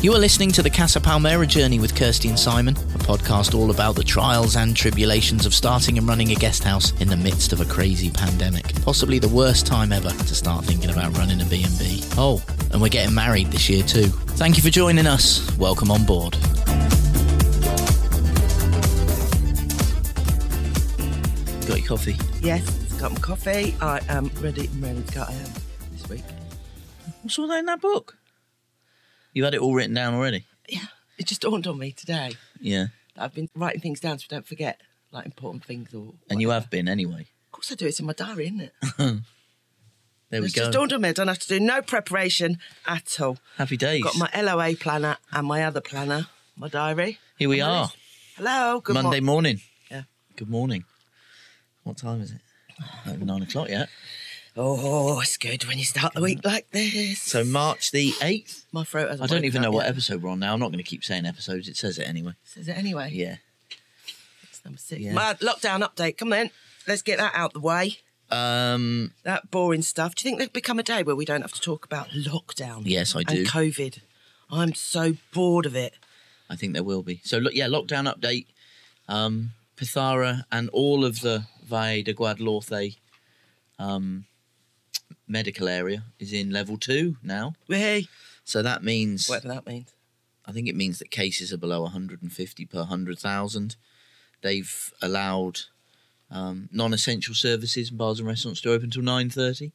You are listening to the Casa Palmeira Journey with Kirsty and Simon, a podcast all about the trials and tribulations of starting and running a guest house in the midst of a crazy pandemic. Possibly the worst time ever to start thinking about running a B&B. Oh, and we're getting married this year too. Thank you for joining us. Welcome on board. Got your coffee? Yes, got my coffee. I am ready and raring to go. I am this week. What's all that in that book? You had it all written down already? Yeah, it just dawned on me today. Yeah. that I've been writing things down so we don't forget, like important things. Or And you whatever. have been anyway. Of course, I do. It's in my diary, isn't it? There we It's just go. dawned on me. I don't have to do no preparation at all. Happy days. Got my LOA planner and my other planner, my diary. Here we And my are. list. Hello. Good Monday mo- morning. Yeah. Good morning. What time is it? Not even nine o'clock yet. Oh, it's good when you start the week like this. So March the eighth. my throat has I don't even know what episode we're on now. I'm not going to keep saying episodes. It says it anyway. Says it anyway. Yeah. It's number six. Yeah. My lockdown update. Come then. Let's get that out the way. Um. that boring stuff. Do you think there'll become a day where we don't have to talk about lockdown? Yes, I do. And COVID. I'm so bored of it. I think there will be. So look, yeah, lockdown update. Um, Pithara and all of the Valle de Guadalhorce um, medical area is in level two now. Hey, So that means whatever that means. I think it means that cases are below 150 per 100,000. They've allowed um, non-essential services and bars and restaurants to open till 9:30.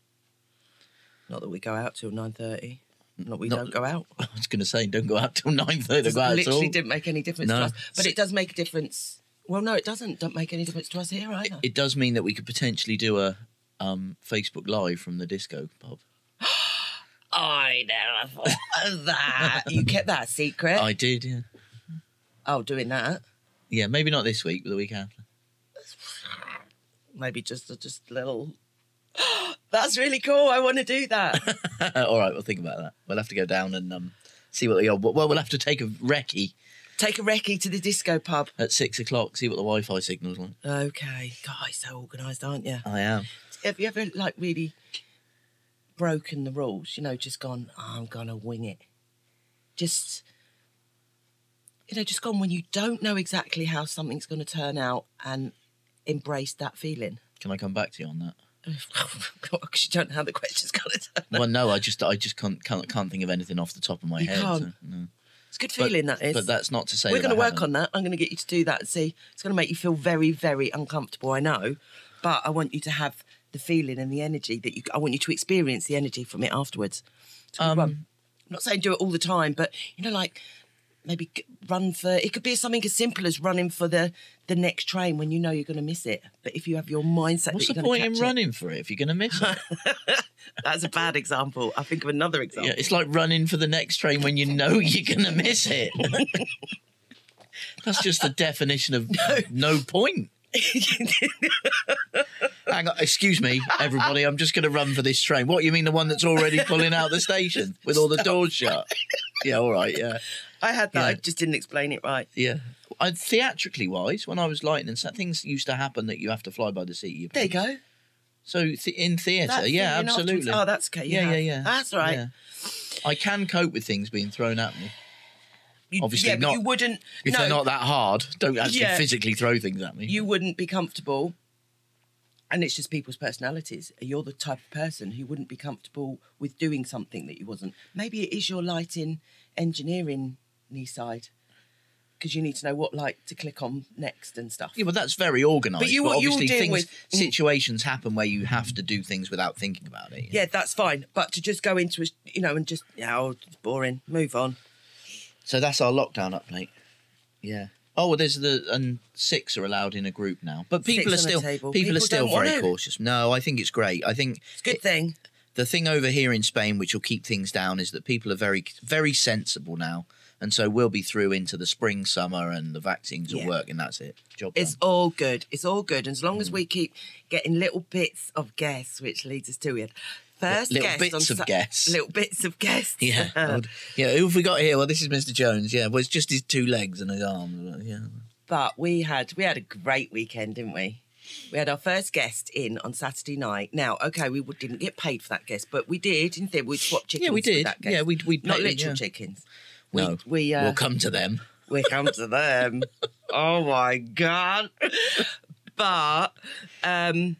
Not that we go out till nine thirty. Not we Not- don't go out. I was going to say, don't go out till 9:30. It Go out at all. literally didn't make any difference No. to us. But it does make a difference. Well, no, it doesn't. Don't make any difference to us here either. It does mean that we could potentially do a um, Facebook Live from the disco pub. I never thought of that. you kept that a secret. I did, yeah, Oh, doing that. yeah. Maybe not this week, but the week after. Maybe just a just a little. That's really cool. I want to do that. all right, we'll think about that. We'll have to go down and um, see what the well, we'll have to take a recce Take a recce to the disco pub. at six o'clock. See what the Wi-Fi signals like. Okay, guys, so organised, aren't you? I am. Have you ever like really broken the rules? You know, just gone. "Oh, I'm gonna wing it. Just you know, just gone when you don't know exactly how something's going to turn out, and embraced that feeling. Can I come back to you on that? Because you don't know how the question's going to turn. out. Well, no, I just I just can't can't, can't think of anything off the top of my You head. so, can't. no. It's a good But- feeling that is. But that's not to say We're going to work on that. I'm going to get you to do that and see. It's going to make you feel very, very uncomfortable. I know, but I want you to have the feeling and the energy that you. I want you to experience the energy from it afterwards. It's a good Um, one. I'm not saying do it all the time, but you know, like maybe g- run for. It could be something as simple as running for the the next train when you know you're going to miss it. But if you have your mindset, What's that the you're point going in to catch running for it if you're going to miss it? It. That's a bad example. I think of another example. yeah, it's like running for the next train when you know you're going to miss it. that's just the definition of no, point. Hang on, excuse me, everybody. I'm just going to run for this train. What you mean the one that's already pulling out the station with all the doors shut? Yeah, all right, yeah. I had that. I Yeah. just didn't explain it right. Yeah. I, theatrically wise, when I was lighting and set, things used to happen that you have to fly by the seat of your There you go. So th- in theatre, That yeah, feeling afterwards. absolutely. Oh, that's okay. You yeah, yeah, have. yeah. That's right. Yeah. I can cope with things being thrown at me You, Obviously yeah, but not. you wouldn't. if no, they're not that hard. Don't actually Yeah. physically throw things at me. you wouldn't be comfortable. And it's just people's personalities. You're the type of person who wouldn't be comfortable with doing something that you wasn't. Maybe it is your lighting engineering knee side because you need to know what light to click on next and stuff. yeah, but that's very organised. But you- what you're obviously dealing things, with- situations happen where you have to do things without thinking about it. yeah, that's fine. But to just go into a, you know, and just, yeah, oh, it's boring, move on. So that's our lockdown update. Yeah. Oh, well, there's the and six are allowed in a group now, but people Six are on a still people, table. People are still don't want very it. cautious. No, I think it's great. I think It's a good thing. the thing over here in Spain, which will keep things down, is that people are very, very sensible now, and so we'll be through into the spring, summer, and the vaccines will Yeah. work, and that's it. Job It's all good. It's all good. As long as Mm. we keep getting little bits of guess, which leads us to it. First Little guest bits on of Sa- guess. Little bits of guess. done. yeah, yeah. Who have we got here? Well, this is Mr. Jones. Yeah, well, it's just his two legs and his arms. Yeah, but we had we had a great weekend, didn't we? We had our first guest in on Saturday night. Now, okay, we w- didn't get paid for that guest, but we did, didn't we? We swapped chickens. yeah, we with did. That guest. Yeah, we we not paid him, literal yeah. chickens. We, no, we, uh, we'll come to them. we come to them. oh my god! But um,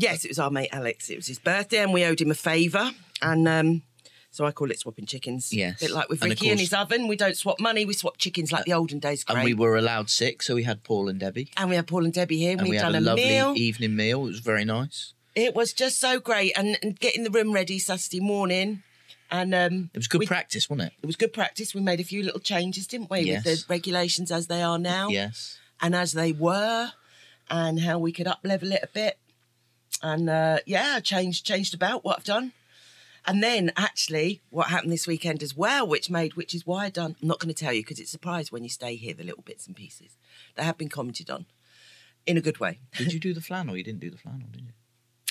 yes, it was our mate Alex. It was his birthday, and we owed him a favour. And um, so I call it swapping chickens. Yes. bit like with And of Ricky and course- Uh, his oven. We don't swap money. We swap chickens like the olden days. Craig. And we were allowed six, so we had Paul and Debbie. and we had Paul and Debbie here. And we we'd had done a a, lovely e- meal. evening meal. It was very nice. It was just so great, and, and getting the room ready Saturday morning, and um, It was good we- practice, wasn't it? It was good practice. We made a few little changes, didn't we, with Yes. the regulations as they are now, Yes. and as they were, and how we could up level it a bit, and uh, yeah, changed changed about what I've done. And then actually, what happened this weekend as well, which made, which is why I done. I'm not going to tell you because it's a surprise when you stay here. The little bits and pieces that have been commented on, in a good way. Did you do the flannel? You didn't do the flannel, did you?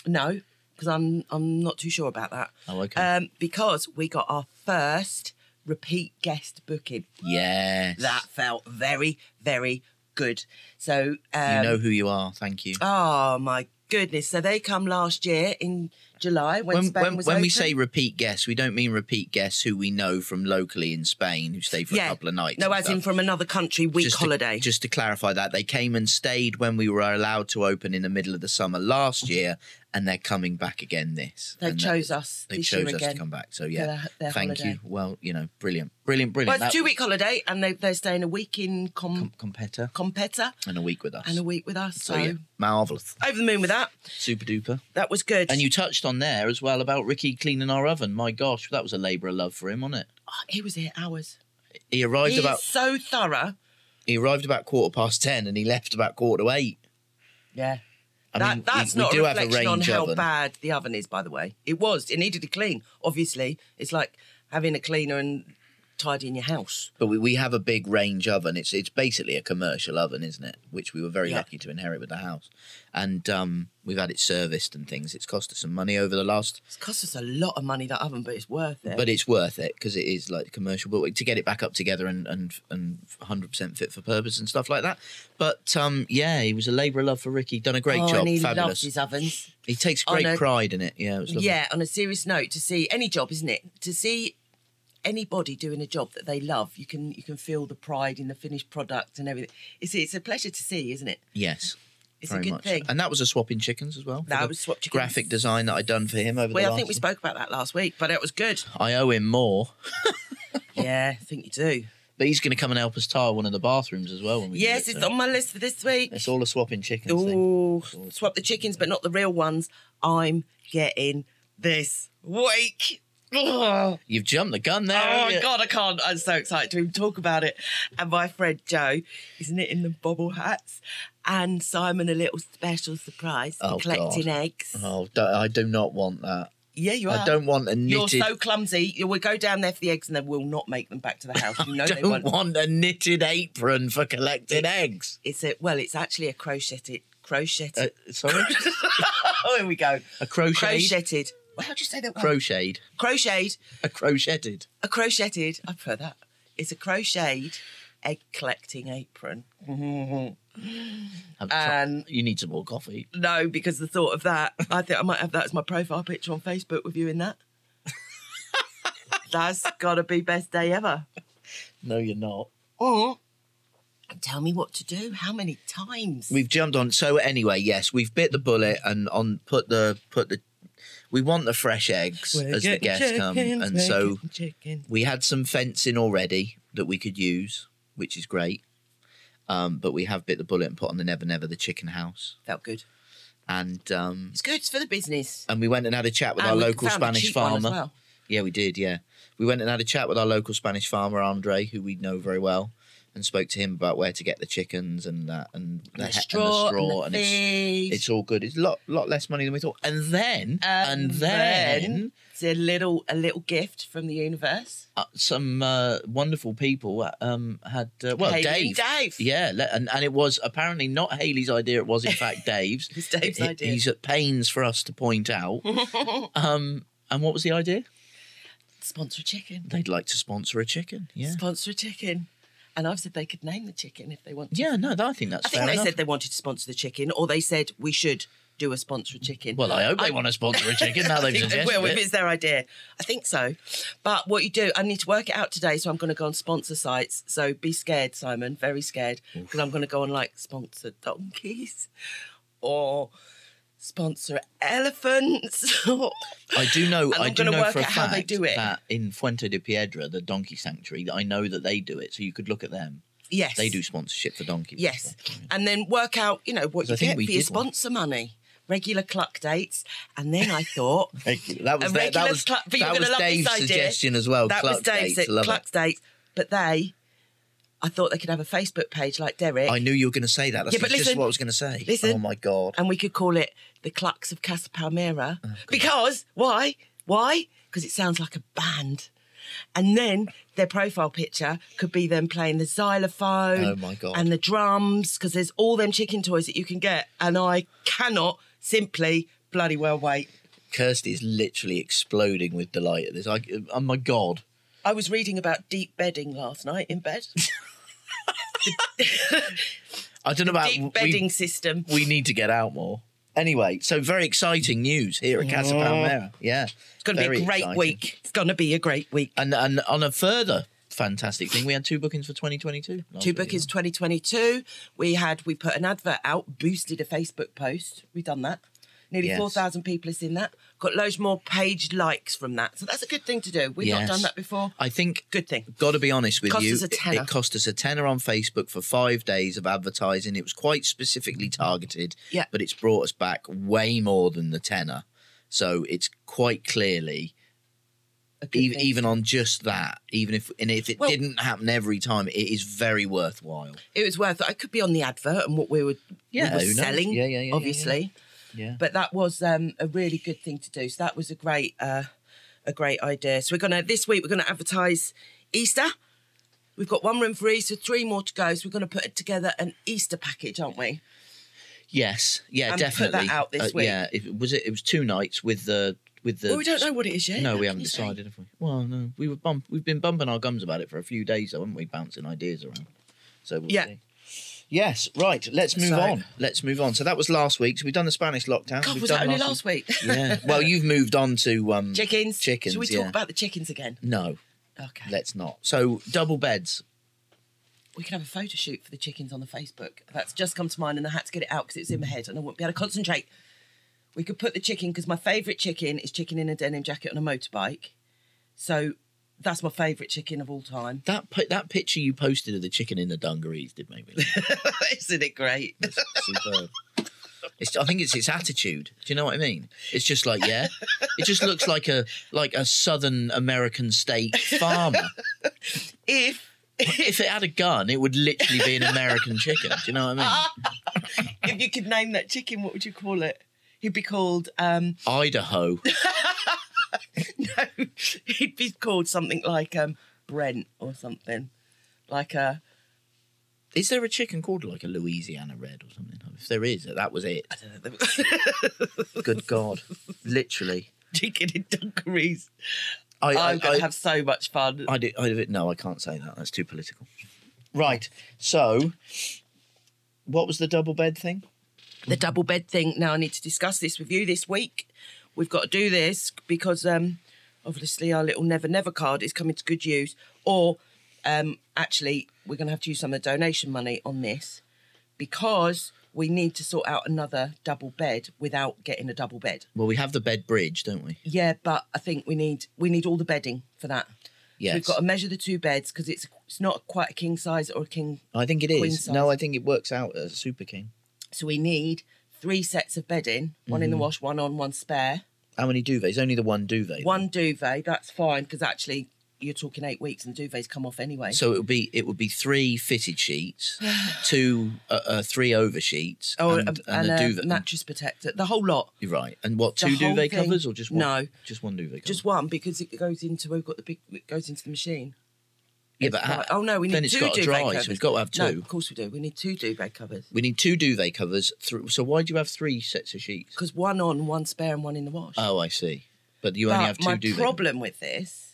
No, because I'm I'm not too sure about that. Oh, okay. Um, because we got our first repeat guest booking. Yes. That felt very very good. So um, you know who you are. Thank you. oh my goodness! So they come last year in July when when Spain when, was when we open. say repeat guests, we don't mean repeat guests who we know from locally in Spain who stay for a couple of nights. No, and as in stuff. from another country week Just to- holiday. just to clarify that, they came and stayed when we were allowed to open in the middle of the summer last year, and they're coming back again this. they And that- chose us. They this chose year us again. to come back. So yeah, their- their thank you. holiday. Well, you know, brilliant, brilliant, brilliant. Well, it's a That- two week holiday, and they, they're staying a week in Com- com- competitor Competa and a week with us. and a week with us. So, So yeah, marvelous, over the moon with that. super duper. That was good. And you touched on there as well about Ricky cleaning our oven. My gosh, that was a labour of love for him, wasn't it? Oh, he was here hours. He arrived He's about so thorough. he arrived about quarter past ten and he left about quarter to eight. Yeah. I that, mean, we- that's we, not do a have a reflection range on how oven. bad the oven is, by the way. It was. It needed a clean. Obviously, it's like having a cleaner and tidying your house. But we, we have a big range oven. It's it's basically a commercial oven, isn't it? Which we were very Yeah. lucky to inherit with the house, and um, we've had it serviced and things. It's cost us some money over the last, It's cost us a lot of money that oven, but it's worth it. but it's worth it because it is like commercial. But to get it back up together and and and hundred percent fit for purpose and stuff like that. But um, yeah, he was a labour of love for Ricky. Done a great oh, job. and he loves Fabulous. his ovens. He takes on great a- pride in it. Yeah, it was lovely. Yeah. On a serious note, to see any job, isn't it? To see anybody doing a job that they love, you can you can feel the pride in the finished product and everything. It's it's a pleasure to see, isn't it? Yes. It's very a good much. thing. And that was a swapping chickens as well. for That the was swap chickens. Graphic design that I done for him over the Well, I last. think we spoke about that last week, but it was good. I owe him more, yeah, I think you do. but he's going to come and help us tile one of the bathrooms as well. When we do Yes, it, it's so on my list for this week. It's all a swapping chickens thing. Ooh, swap the chickens, but not the real ones. I'm getting this week. Ugh. You've jumped the gun there. Oh haven't my you? god, I can't! I'm so excited to even talk about it. And my friend Joe is knitting them bobble hats, and Simon a little special surprise for Oh, collecting God. eggs. Oh, do- I do not want that. Yeah, you are. I don't want a You're knitted. so clumsy. You will go down there for the eggs, and they will not make them back to the house. You know they don't won't. want a knitted apron for collecting eggs. It's a well. It's actually a crocheted crocheted. Uh, sorry, oh, here we go. a crocheted. Crocheted. Well, how do you say that? word? Crocheted. crocheted. A crocheted. A crocheted. I prefer that. It's a crocheted egg collecting apron. I'm tr- And- you need some more coffee. No, because the thought of that, I think I might have that as my profile picture on Facebook with you in that. That's got to be best day ever. No, you're not. Or tell me what to do. How many times? We've jumped on. So anyway, yes, we've bit the bullet and on put the put the. We want the fresh eggs We're as the getting guests come, chickens, and we're so getting chickens. we had some fencing already that we could use, which is great. Um, but we have bit the bullet and put on the Never Never the chicken house, felt good. and um, It's good it's for the business. and we went and had a chat with And our we local found a Spanish cheap one as farmer. well. Yeah, we did. Yeah, we went and had a chat with our local Spanish farmer Andre, who we know very well, and spoke to him about where to get the chickens and that and the, he- And the straw, and the it's- feed. it's all good. It's a lot lot less money than we thought. And then and then, it's a little a little gift from the universe. uh, some uh, wonderful people uh, um, had uh, well Hayley Dave. and Dave. Yeah, le- and, and it was apparently not Haley's idea. It was in fact Dave's. It was Dave's He- idea. He's at pains for us to point out. um, and what was the idea? Sponsor a chicken. They'd like to sponsor a chicken. Yeah. Sponsor a chicken. And I've said they could name the chicken if they want to. Yeah, no, that, I think that's I think fair they enough. said they wanted to sponsor the chicken, or they said we should do a sponsor a chicken. Well, I hope they want to sponsor a chicken now they've I think they suggested will, if it. it's their idea. I think so. But what you do, I need to work it out today, so I'm going to go on sponsor sites. So be scared, Simon, very scared, because I'm going to go on like sponsor donkeys or sponsor elephants. I do know. And I I'm do gonna know work for a out how they fact do it. that in Fuente de Piedra, the donkey sanctuary, I know that they do it. So you could look at them. yes. They do sponsorship for donkeys. Yes. And then work out, you know, what 'Cause I you think get for we your did one. sponsor money. Regular cluck dates. And then I thought Regular- That was A their- that regular was, cla- but you're that gonna was love this Dave's idea. suggestion as well. that was Club Dave's Oh, dates, love it. cluck dates. But they I thought they could have a Facebook page like Derek. I knew you were going to say that. That's Yeah, but just listen- what I was going to say. listen. Um, oh my god. and we could call it the Clucks of Casa Palmera Oh, because why? Why? Because it sounds like a band. And then their profile picture could be them playing the xylophone Oh, my God. and the drums because there's all them chicken toys that you can get. And I cannot simply bloody well wait. Kirsty is literally exploding with delight at this. I, oh my god. I was reading about deep bedding last night in bed. I don't know about we- deep bedding system. We, need to get out more. Anyway, so very exciting news here at Casa Palmera. Yeah, It's going to be a great week. It's going to be a great week. And and on a further fantastic thing, we had two bookings for 2022. last Two week, bookings 2022. We had we put an advert out, boosted a Facebook post. We've done that. Nearly Yes. four thousand people have seen that. Got loads more page likes from that. So that's a good thing to do. We've Yes. not done that before. I think Good thing. Got to be honest with Cost you. us a it- tenner. It cost us a tenner on Facebook for five days of advertising. It was quite specifically targeted, Yeah. but it's brought us back way more than the tenner. So it's quite clearly, A good e- thing. even on just that, even if and if it Well- didn't happen every time, it is very worthwhile. it was worth it. I could be on the advert and what we were, Yeah, we who were knows? selling, Yeah, yeah, yeah, yeah, obviously. Yeah. But that was um, a really good thing to do. So that was a great uh, a great idea. So we're gonna this week we're gonna advertise Easter. We've got one room for Easter, three more to go. So we're gonna put together an Easter package, aren't we? Yes. Yeah. And put that definitely. Uh, out this week. Yeah. It, was it? It was two nights with the with the. Well, we don't know what it is yet. No, How we can haven't you say? decided, have we? Well, no, we were bump. We've been bumping our gums about it for a few days, though, haven't we? Bouncing ideas around. So we'll Yeah. see. Yes, right. Let's move So- on. Let's move on. So that was last week. So we've done the Spanish lockdown. God, we've was that done only last week? yeah. Well, you've moved on to um, chickens. Chickens. Should we talk yeah. about the chickens again? No, Okay. let's not. So double beds. we can have a photo shoot for the chickens on the Facebook. That's just come to mind, and I had to get it out because it's in my head, and I wouldn't be able to concentrate. We could put the chicken because my favourite chicken is chicken in a denim jacket on a motorbike. So that's my favourite chicken of all time. That pi- that picture you posted of the chicken in the dungarees did make me. laugh. Isn't it great? It's superb. It's, I think it's its attitude. Do you know what I mean? It's just like yeah, it just looks like a like a Southern American state farmer. If if it had a gun, it would literally be an American chicken. Do you know what I if you could name that chicken, what would you call it? He'd be called um mean? Idaho. no, he'd be called something like um Brent or something. Like a Is there a chicken called like a Louisiana Red or something? If there is, that was it. I don't know, Good God. Literally. chicken in dungarees. I, I, I'm going I, to have so much fun. I, do, I do, no, I can't say that. That's too political. Right. So, what was the double bed thing? the double bed thing. Now I need to discuss this with you this week. We've got to do this because um, obviously our little never never card is coming to good use. Or um, actually, we're going to have to use some of the donation money on this because we need to sort out another double bed without getting a double bed. Well, we have the bed bridge, don't we? Yeah, but I think we need we need all the bedding for that. Yes. We've got to measure the two beds because it's it's not quite a king size or a king I think it Queen is. size. No, I think it works out as a super king. So we need three sets of bedding, one in the wash, one on, one spare, How many duvets? Only the one duvet. one duvet. That's fine because actually you're talking eight weeks and duvets come off anyway. So it would be it would be three fitted sheets, two uh, uh, three over sheets, oh, and, and, and a duvet. mattress protector, the whole lot. You're right. And what The two whole duvet thing- covers or just one? No. just one duvet. Cover. Just one because it goes into we've got the big it goes into the machine. yeah, but Right, ha- oh no, we need then it's two got to duvet dry, covers. so we've got to have No, two. of course we do. We need two duvet covers We need two duvet covers. Thr so why do you have three sets of sheets? because one on, one spare, and one in the wash. Oh, I see. But you but only Oh, have two my duvet. problem with this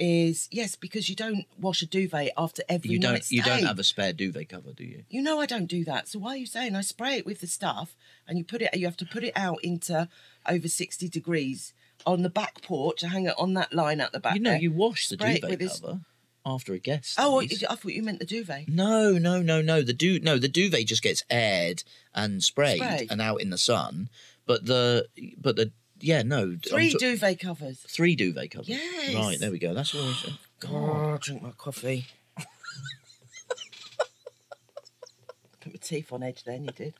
is yes, because you don't wash a duvet after every You night's don't. You don't stay. have a spare duvet cover, do you? You know I don't do that. So why are you saying I spray it with the stuff and you put it you have to put it out into over 60 degrees on the back porch, I hang it on that line out the back. you know, there. you wash the spray duvet it Uh, with this- cover after a guest. Oh, I stays. I thought you meant the duvet. No, no, no, no. The du- no, the duvet just gets aired and sprayed Sprayed. and out in the sun. But the but the yeah no I'm 3 t- duvet covers. three duvet covers. Yes. Right there we go. That's what we should. God, drink my coffee. Put my teeth on edge then, you did.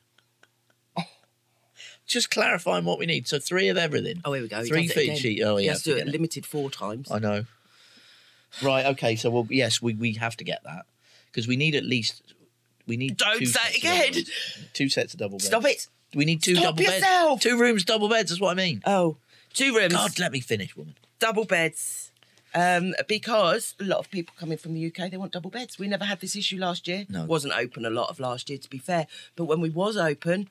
Just clarifying what we need. So three of everything. Oh, here we go. He Three does it feet again. sheet. Oh He yeah. has to do it forget it. limited four times. I know. Right. Okay. So well, yes, we we have to get that because we need at least we need. Don't two say sets it of double again. beds. Two sets of double beds. Stop it. We need two Stop double yourself. beds. Two rooms, double beds. That's what I mean. Oh, two rooms. God, let me finish, woman. double beds um, because a lot of people coming from the UK they want double beds. We never had this issue last year. No. wasn't open a lot of last year to be fair, but when we was open,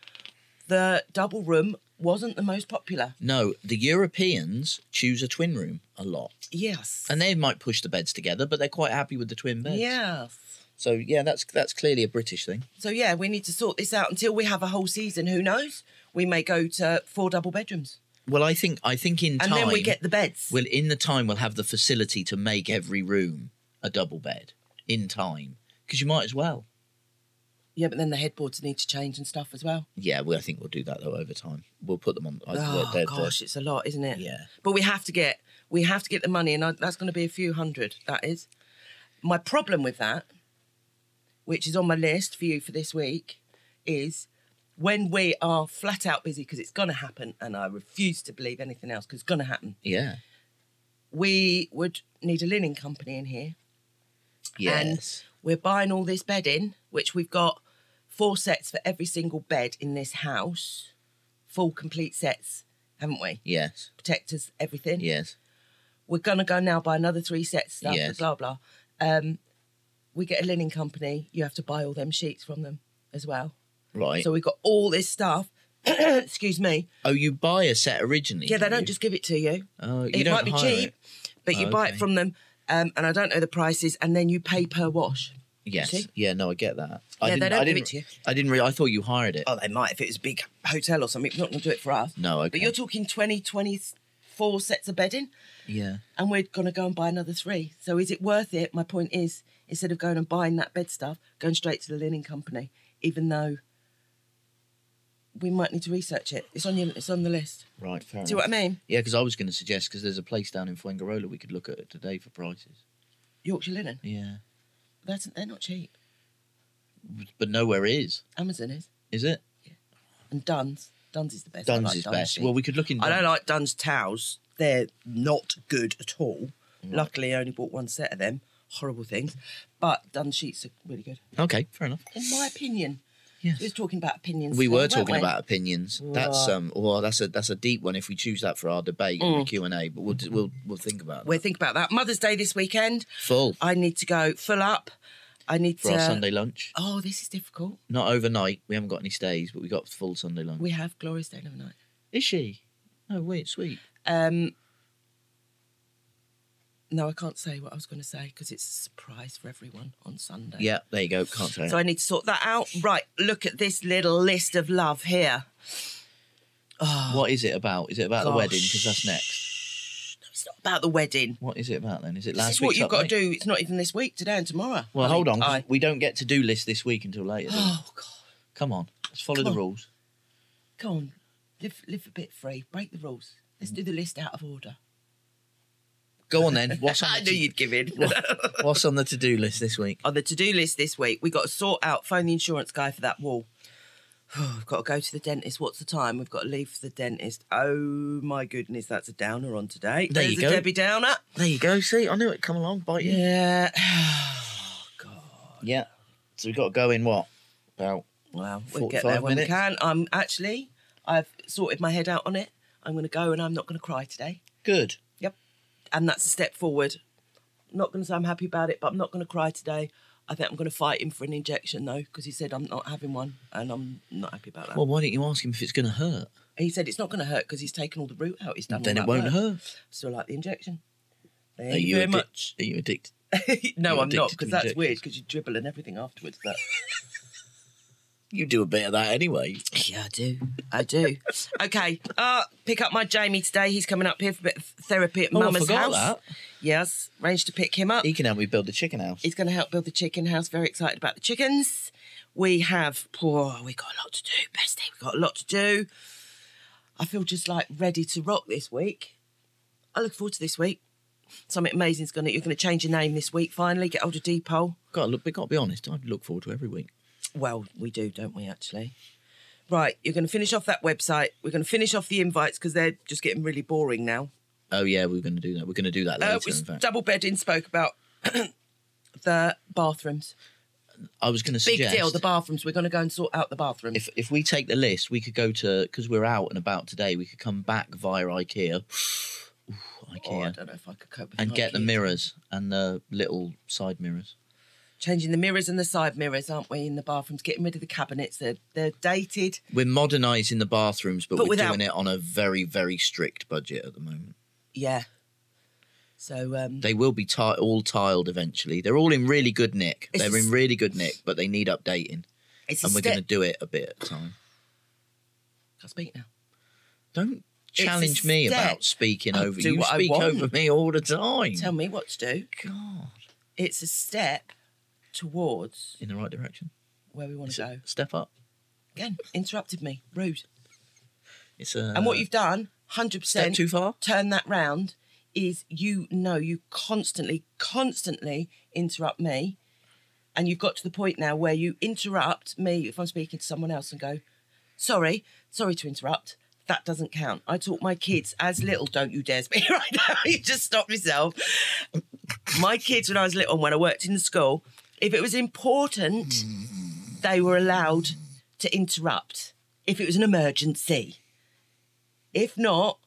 the double room wasn't the most popular. No, the Europeans choose a twin room a lot, Yes, and they might push the beds together, but they're quite happy with the twin beds. yes. So yeah, that's that's clearly a British thing. So yeah, we need to sort this out until we have a whole season. Who knows? We may go to four double bedrooms, Well, I think I think in and time then we get the beds. Well, in the time, we'll have the facility to make every room a double bed in time because you might as well. yeah, but then the headboards need to change and stuff as well. Yeah, well, I think we'll do that though over time. We'll put them on. I- Oh they're- they're- gosh, it's a lot, isn't it? Yeah. But we have to get we have to get the money, and I, that's going to be a few hundred. That is my problem with that, which is on my list for you for this week, is when we are flat out busy because it's going to happen, and I refuse to believe anything else because it's going to happen. yeah, We would need a linen company in here, yes, and we're buying all this bedding, which we've got four sets for every single bed in this house, full complete sets, haven't we? yes, Protectors, everything yes. we're gonna go now buy another three sets stuff Yes. blah blah um we get a linen company you have to buy all them sheets from them as well Right. so we've got all this stuff excuse me oh, you buy a set originally? yeah they do don't you? just give it to you Oh, you it don't might be hire cheap it. but you Oh, buy okay. it from them um, and i don't know the prices and then you pay per wash Yes. see? Yeah. No, I get that. I Yeah, they didn't, don't I give didn't, it to you. I didn't. Re- I thought you hired it. oh they might if it was a big hotel or something We're not gonna do it for us No, okay. but you're talking 20 24 sets of bedding yeah. and we're going to go and buy another three. So is it worth it? My point is, instead of going and buying that bed stuff, going straight to the linen company, even though we might need to research it. It's on your, it's on the list. Right. Fair Do you know what I mean? Yeah, because I was going to suggest because there's a place down in Fuengirola we could look at it today for prices. Yorkshire linen. Yeah. That's they're not cheap. But nowhere is, Amazon is is it? and Duns. Duns is the best. I Duns like is best. sheets. Well, we could look in. I don't Duns. like Duns towels. They're not good at all. Luckily, I only bought one set of them. Horrible things, but Duns sheets are really good, Okay, fair enough. in my opinion. Yes. We were talking about opinions. We today, were weren't talking we? about opinions. That's Right. um. Well, that's a that's a deep one. If we choose that for our debate and the Mm. Q and A, but we'll d- we'll we'll think about that. We'll think about that. Mother's Day this weekend. full I need to go full up. I need for to. our Sunday lunch. Oh, this is difficult. Not overnight. We haven't got any stays, but we got full Sunday lunch. We have glorious day overnight. Is she? No, wait, sweet. Um, no, I can't say what I was going to say because it's a surprise for everyone on Sunday. Yeah, there you go. Can't say. it. So I need to sort that out. Right. Look at this little list of love here. What is it about? Is it about the wedding? Because that's next. next. No, it's not about the wedding. What is it about then? Is it last This is week's what you've got to update? do. It's not even this week, today and tomorrow. Well, honey. hold on. 'cause I- We don't get to do list this week until later. do we? Oh God. Come on, let's follow Come the on. rules. Come on, live live a bit free. Break the rules. Let's do the list out of order. Go on then. What's on I the knew to- you'd give in. What's on the to-do list this week? on the to-do list this week, we got to sort out phone the insurance guy for that wall. We've got to go to the dentist. What's the time? We've got to leave for the dentist. Oh my goodness, that's a downer on today. There you There's go. a Debbie Downer. There you go. See, I knew it. Come along, bite you. Yeah. Yeah. So we've got to go in what? About Well, we'll 45 get there when minutes. we can. I'm actually, I've sorted my head out on it. I'm going to go, and I'm not going to cry today. good. and that's a step forward. Not going to say I'm happy about it, but I'm not going to cry today. I think I'm going to fight him for an injection though, because he said I'm not having one, and I'm not happy about that. Well, why don't you ask him if it's going to hurt? he said it's not going to hurt because he's taken all the root out. He's done. Then all it that won't work. hurt. Still like the injection. Thank you very addic- much. Are you addicted? no, You're I'm not addicted because to that's injections. weird because you dribble and everything afterwards. But You do a bit of that anyway. yeah, I do. I do. okay, uh, pick up my Jamie today. He's coming up here for a bit of therapy at Oh, I Mama's forgot house. that. Yes, arranged to pick him up. He can help me build a chicken house. He's going to help build the chicken house. Very excited about the chickens. We have poor. we got a lot to do. Best day. We've got a lot to do. I feel just like ready to rock this week. I look forward to this week. Something amazing's going to. You're going to change your name this week. Finally, get older Depot. Got to look, we got to be honest. I look forward to every week. Well, we do, don't we? Actually, right. You're going to finish off that website. We're going to finish off the invites because they're just getting really boring now. Oh yeah, we're going to do that. We're going to do that later. Uh, we in fact, double bedding spoke about the bathrooms. I was going to Big suggest deal. The bathrooms. We're going to go and sort out the bathrooms. if if we take the list, we could go to because we're out and about today. We could come back via IKEA, Ooh, Oh, I IKEA, don't know if I could cope with and an get the IKEA. mirrors and the little side mirrors. Changing the mirrors and the side mirrors, aren't we? In the bathrooms, getting rid of the cabinets. They're they're dated. We're modernising the bathrooms, but, But we're without- doing it on a very very strict budget at the moment. Yeah. So um, They will be ti- all tiled eventually. They're all in really good nick. It's They're a s- in really good nick, but they need updating, it's a and we're step. going to do it a bit at a time. Can't speak now. Don't a challenge me step. about speaking I'll over do you. what I Speak want. over me all the time. Tell me what to do. God, It's a step towards in the right direction. where we want It's to go. a step up. Again, interrupted me. Rude. It's a and what you've done, hundred step percent, too far. turn that round. Is you know you constantly, constantly interrupt me, and you've got to the point now where you interrupt me if I'm speaking to someone else and go, "Sorry, sorry to interrupt." That doesn't count. I taught my kids as little, don't you dare speak right now. You just stop yourself. My kids, when I was little, and when I worked in the school, if it was important, they were allowed to interrupt if it was an emergency. If not,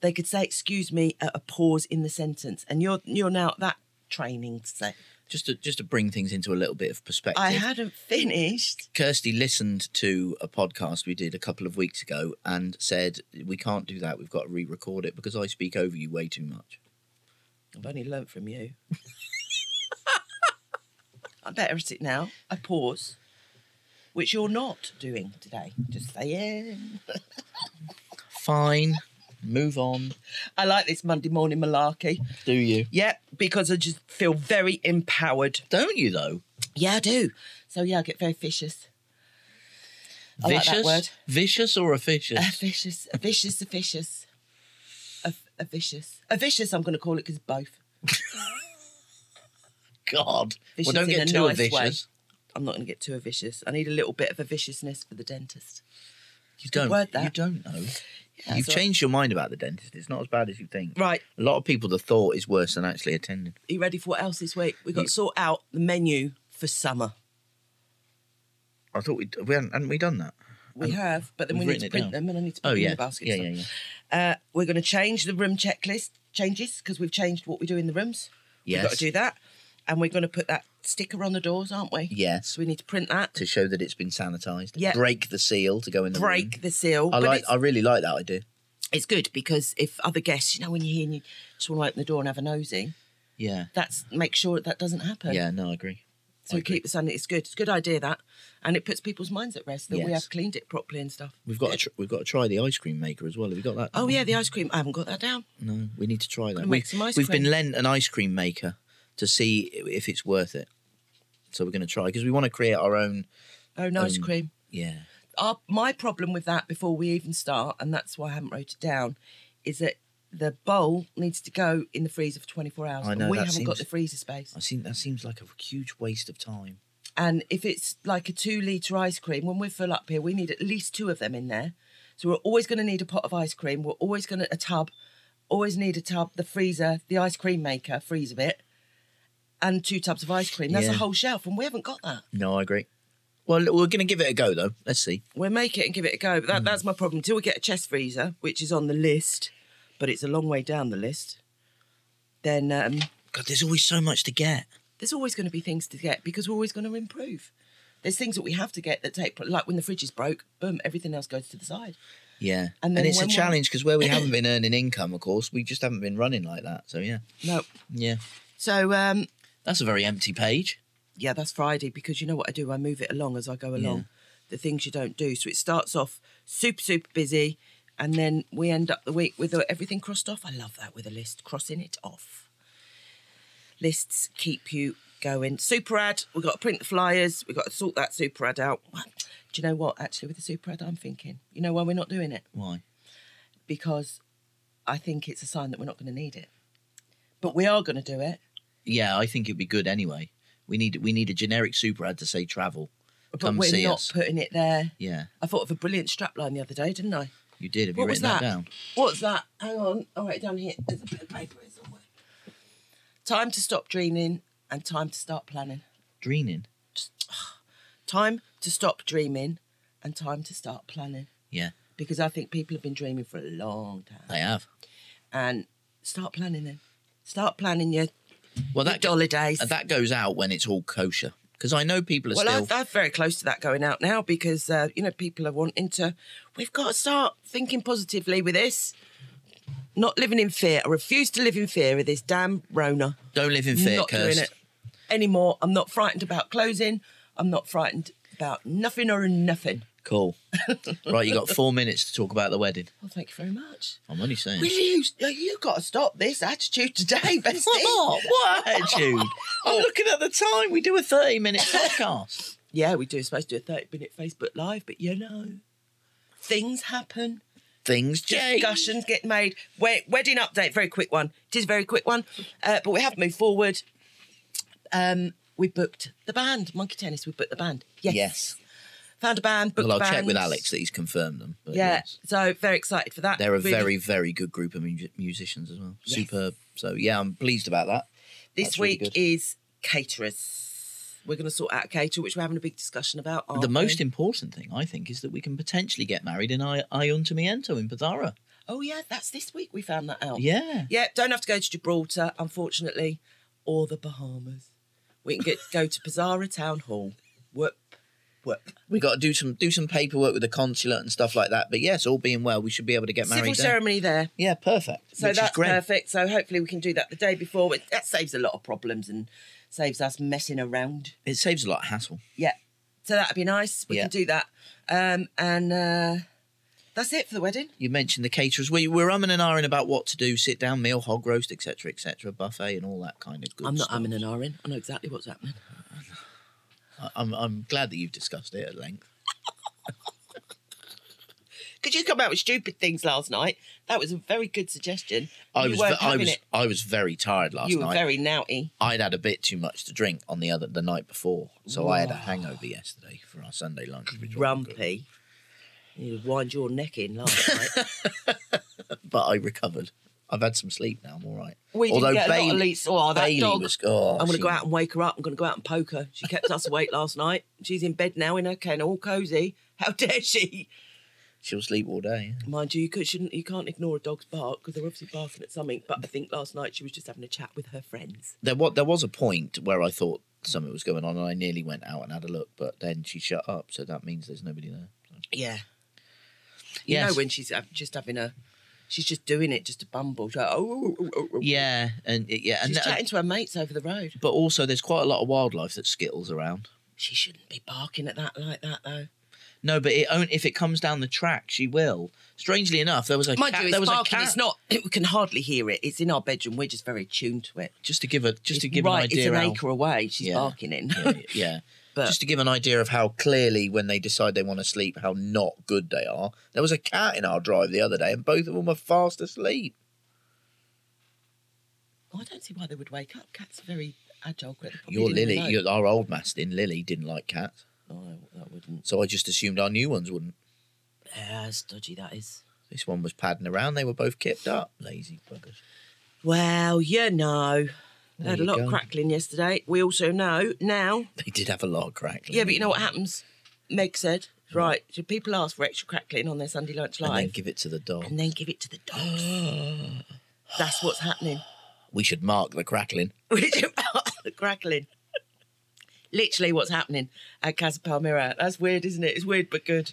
they could say "excuse me" at a pause in the sentence, and you're you're now at that training set. Just to just to bring things into a little bit of perspective. I hadn't finished. Kirsty listened to a podcast we did a couple of weeks ago and said we can't do that. We've got to re-record it because I speak over you way too much. I've only learnt from you. I'm better at it now. I pause, which you're not doing today. Just saying. Fine, move on. I like this Monday morning malarkey. Do you? Yep, because I just feel very empowered. Don't you though? Yeah, I do. So yeah, I get very vicious. I like vicious, that word. vicious or officious? A vicious, a vicious, a vicious, a, a vicious, a vicious. I'm going to call it because both. God. Vicious well, don't in get a too nice way. vicious. I'm not going to get too vicious. I need a little bit of a viciousness for the dentist. You good don't. word, You that. don't know. Yeah, You've so- changed your mind about the dentist. It's not as bad as you think. Right, A lot of people, the thought is worse than actually attending. are you ready for what else this week? We've got You- to sort out the menu for summer. I thought we we hadn't, hadn't we done that. We have, but then we Um, we've need written to it print down. them and I need to put Oh them yeah, in the basket. yeah, so- yeah, yeah. Uh, we're going to change the room checklist changes because we've changed what we do in the rooms. We've got Yes. to do that. And we're going to put that sticker on the doors, aren't we? Yes. So we need to print that. to show that it's been sanitised. Yeah. Break the seal to go in the Break room. the seal. I but like. it's- I really like that idea. it's good because if other guests, you know, when you're here and you just want to open the door and have a nosy, Yeah. that's make sure that, that doesn't happen. Yeah. No, I agree. So I agree. keep the sun. It's good. It's a good idea that, and it puts people's minds at rest that we Yes. have cleaned it properly and stuff. We've got to tr- we've got to try the ice cream maker as well. Have you got that? Oh yeah, the ice cream. I haven't got that down. No, we need to try that. Gonna We, make some ice we've been cream. lent an ice cream maker to see i- if it's worth it. So we're going to try because we want to create our own. Oh, no ice Um, cream. Yeah. Our, my problem with that before we even start, and that's why I haven't wrote it down, is that the bowl needs to go in the freezer for 24 hours. I and know, we that haven't got seems- the freezer space. I think that seems like a huge waste of time. And if it's like a two litre ice cream, when we're full up here, we need at least two of them in there. So we're always going to need a pot of ice cream. We're always going to a tub, always need a tub, the freezer, the ice cream maker, freeze a bit, and two tubs of ice cream. That's Yeah. a whole shelf, and we haven't got that. No, I agree. Well, we're going to give it a go though. Let's see. We'll make it and give it a go. But that, that's my problem. Until we get a chest freezer, which is on the list, but it's a long way down the list, then um, God, there's always so much to get. there's always going to be things to get because we're always going to improve. There's things that we have to get that take, like when the fridge is broke, boom, everything else goes to the side. Yeah. And And, then it's a when we- challenge because where we haven't been earning income, of course, we just haven't been running like that. So, yeah. No. Yeah. So um, That's a very empty page. yeah, that's Friday because you know what I do? I move it along as I go along. The things you don't do. So it starts off super, super busy, and then we end up the week with everything crossed off. I love that with a list, crossing it off. Lists keep you going. Super ad, we've got to print the flyers, we've got to sort that super ad out. Do you know what? Actually, with the super ad, I'm thinking, you know why we're not doing it? Why? Because I think it's a sign that we're not going to need it. But we are going to do it. Yeah, I think it'd be good anyway. We need we need a generic super ad to say travel. But Come we're see not us. putting it there. Yeah, I thought of a brilliant strapline the other day, didn't I? you did. Have you What was written that? that? down? What's that? Hang on. All right, down here. There's a bit of paper here somewhere. Time to stop dreaming and time to start planning. Dreaming. Time to stop dreaming and time to start planning. Yeah, Because I think people have been dreaming for a long time. they have. And start planning then. Start planning your, Well, your that holidays. that goes out when it's all kosher because I know people are Well, still. I, I'm very close to that going out now because uh, you know people are wanting to. We've got to start thinking positively with this. Not living in fear. I refuse to live in fear of this damn Rona. don't live in fear, not cursed. doing it anymore. I'm not frightened about closing. I'm not frightened about nothing or nothing. Cool. right, you got four minutes to talk about the wedding. Well, thank you very much. I'm only saying. Will you? uh, You got to stop this attitude today, bestie. What? What attitude? I'm looking at the time. We do a 30 minute podcast. Yeah, we do. supposed to do a 30 minute Facebook Live, but you know, things happen. Things change. discussions get made. We- wedding update, very quick one. It is a very quick one, uh, but we have moved forward. Um, we booked the band, Monkey Tennis. We booked the band. Yes. Yes. Found a band. Booked Well, I'll the check with bands. Alex that he's confirmed them. But Yeah. yes. So very excited for that. They're a Really- very, very good group of mu- musicians as well. Superb. So, yeah, I'm pleased about that. This that's really week good. is caterers. We're going to sort out a caterer, which we're having a big discussion about. aren't the most we? important thing, I think, is that we can potentially get married in I- Ayuntamiento in Padara. Oh yeah, that's this week. We found that out. Yeah. Yeah, don't have to go to Gibraltar, unfortunately, or the Bahamas. We can get go to Pizarra Town Hall. Whoop, whoop. we got to do some do some paperwork with the consulate and stuff like that. But yes, all being well, we should be able to get Civil married. there. ceremony there. Yeah, perfect. So which that's is great. perfect. So hopefully we can do that the day before. It- That saves a lot of problems and saves us messing around. It saves a lot of hassle. Yeah. So that'd be nice. We Yeah. can do that. Um, and uh, that's it for the wedding. You mentioned the caterers. We were umming and ahhing about what to do: sit down meal, hog roast, etc., etc., buffet, and all that kind of good. I'm not stuff. umming and ahhing. I know exactly what's happening. I- I'm, I'm glad that you've discussed it at length. Because you come out with stupid things last night. That was a very good suggestion. I you was, weren't I having was, it. I was very tired last You were night. very naughty. I'd had a bit too much to drink on the other the night before, so I had a hangover yesterday for our Sunday lunch. which wasn't good. Grumpy. You wind your neck in last night. but I recovered. I've had some sleep now. I'm all right. We didn't get a lot of leaks. Oh, that Bailey dog. was oh, I'm going she- to go out and wake her up. I'm going to go out and poke her. She kept us awake last night. She's in bed now in her kennel, all cosy. How dare she? She'll sleep all day. yeah. Mind you, you could, shouldn't. You can't ignore a dog's bark because they're obviously barking at something. But I think last night she was just having a chat with her friends. There was there was a point where I thought something was going on, and I nearly went out and had a look, but then she shut up. So that means there's nobody there. Yeah. You Yes. know when she's uh, just having a, she's just doing it just to bumble. She's like, oh, oh, oh, oh, oh. Yeah, and it- yeah, and she's that- uh, chatting to her mates over the road. but also there's quite a lot of wildlife that skittles around. She shouldn't be barking at that like that though. No, but it only, if it comes down the track, she will. Strangely enough, there was a Mind cat, you, there it's was barking. a cat. It's not. We can hardly hear it. It's in our bedroom. We're just very tuned to it. just to give a just to It's give right, an idea. it's an how- acre away. She's Yeah. barking in. yeah, yeah. But- just to give an idea of how clearly when they decide they want to sleep how not good they are there was a cat in our drive the other day and both of them were fast asleep I don't see why they would wake up. Cats are very agile. Quick. They probably your didn't lily know. your, our old mastin lily didn't like cats No, that wouldn't. so i just assumed our new ones wouldn't Ah, Yeah, as dodgy that is. this one was padding around they were both kept up lazy buggers Well, you know. There had a you lot of go. crackling yesterday. We also know now. they did have a lot of crackling Yeah, but you know what happens? Meg said, right, so people ask for extra crackling on their Sunday lunch and then live give it to the dog and then give it to the dogs. That's what's happening. we should mark the crackling Which about the crackling. Literally, what's happening at Casa Palmira. That's weird, isn't it? It's weird but good.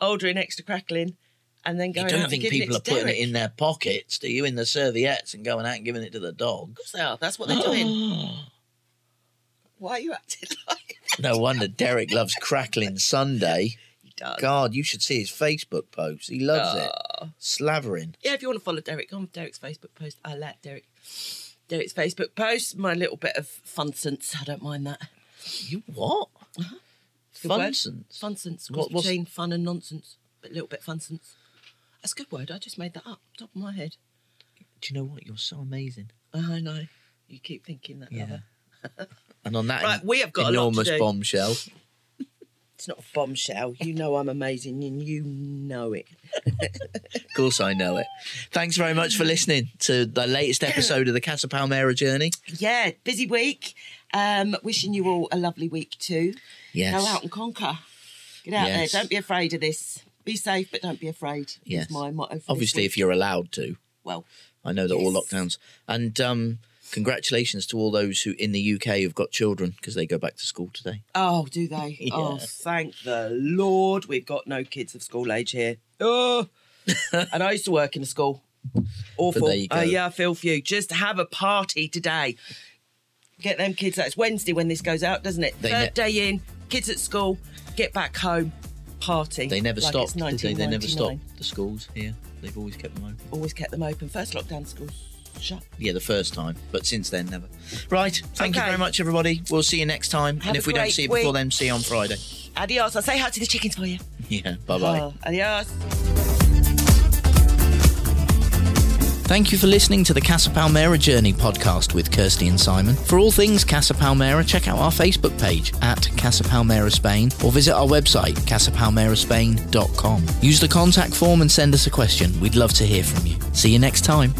older and extra crackling, and then You going. don't out think and giving people it are to putting Derek. it in their pockets, do you? In the serviettes and going out and giving it to the dog. Of course they are. That's what they're doing. Why are you acting like no wonder Derek loves crackling Sunday. he does? God, you should see his Facebook post. He loves it. Oh. Slavering. Yeah, if you want to follow Derek, go on Derek's Facebook post. I like Derek. Derek's Facebook post. My little bit of fun sense. I don't mind that. You what? Uh-huh. Good word. Fun sense. Fun sense. What- What, what's- between fun and nonsense. But a little bit of fun sense. That's a good word. I just made that up. Top of my head. Do you know what? You're so amazing. I know. You keep thinking that. Yeah. lover. And on that Right, we have got a lot to enormous do. bombshell. It's not a bombshell. You know I'm amazing and you know it. Of course, I know it. Thanks very much for listening to the latest episode of the Casa Palmera Journey. Yeah, busy week. Um, wishing you all a lovely week too. Yes. Go out and conquer. Get out Yes. there. Don't be afraid of this. Be safe, but don't be afraid. Yes. Is my motto. For this Obviously, week. if you're allowed to. well, I know that all Yes. lockdowns. And um, congratulations to all those who in the UK have got children because they go back to school today. oh, do they? Yeah. Oh, thank the Lord, we've got no kids of school age here. Oh, and I used to work in a school. Awful. there you Oh go. yeah, I feel for you. Just have a party today. Get them kids. out. It's Wednesday when this goes out, doesn't it? They Third ne- day in, kids at school, get back home, party. They never like it's stopped. did They, they never 1999. stopped. The schools here, they've always kept them open. Always kept them open. First lockdown, schools shut. Yeah, the first time, but since then, never. Right. Thank you Okay. very much, everybody. We'll see you next time. Have and a if we don't great see you before week. then, see you on Friday. Adios. I'll say hi to the chickens for you. Yeah. Bye bye. Oh, adios. Thank you for listening to the Casa Palmera Journey podcast with Kirsty and Simon. For all things Casa Palmera, check out our Facebook page at Casa Palmera Spain or visit our website, casapalmeraspain.com. Use the contact form and send us a question. We'd love to hear from you. See you next time.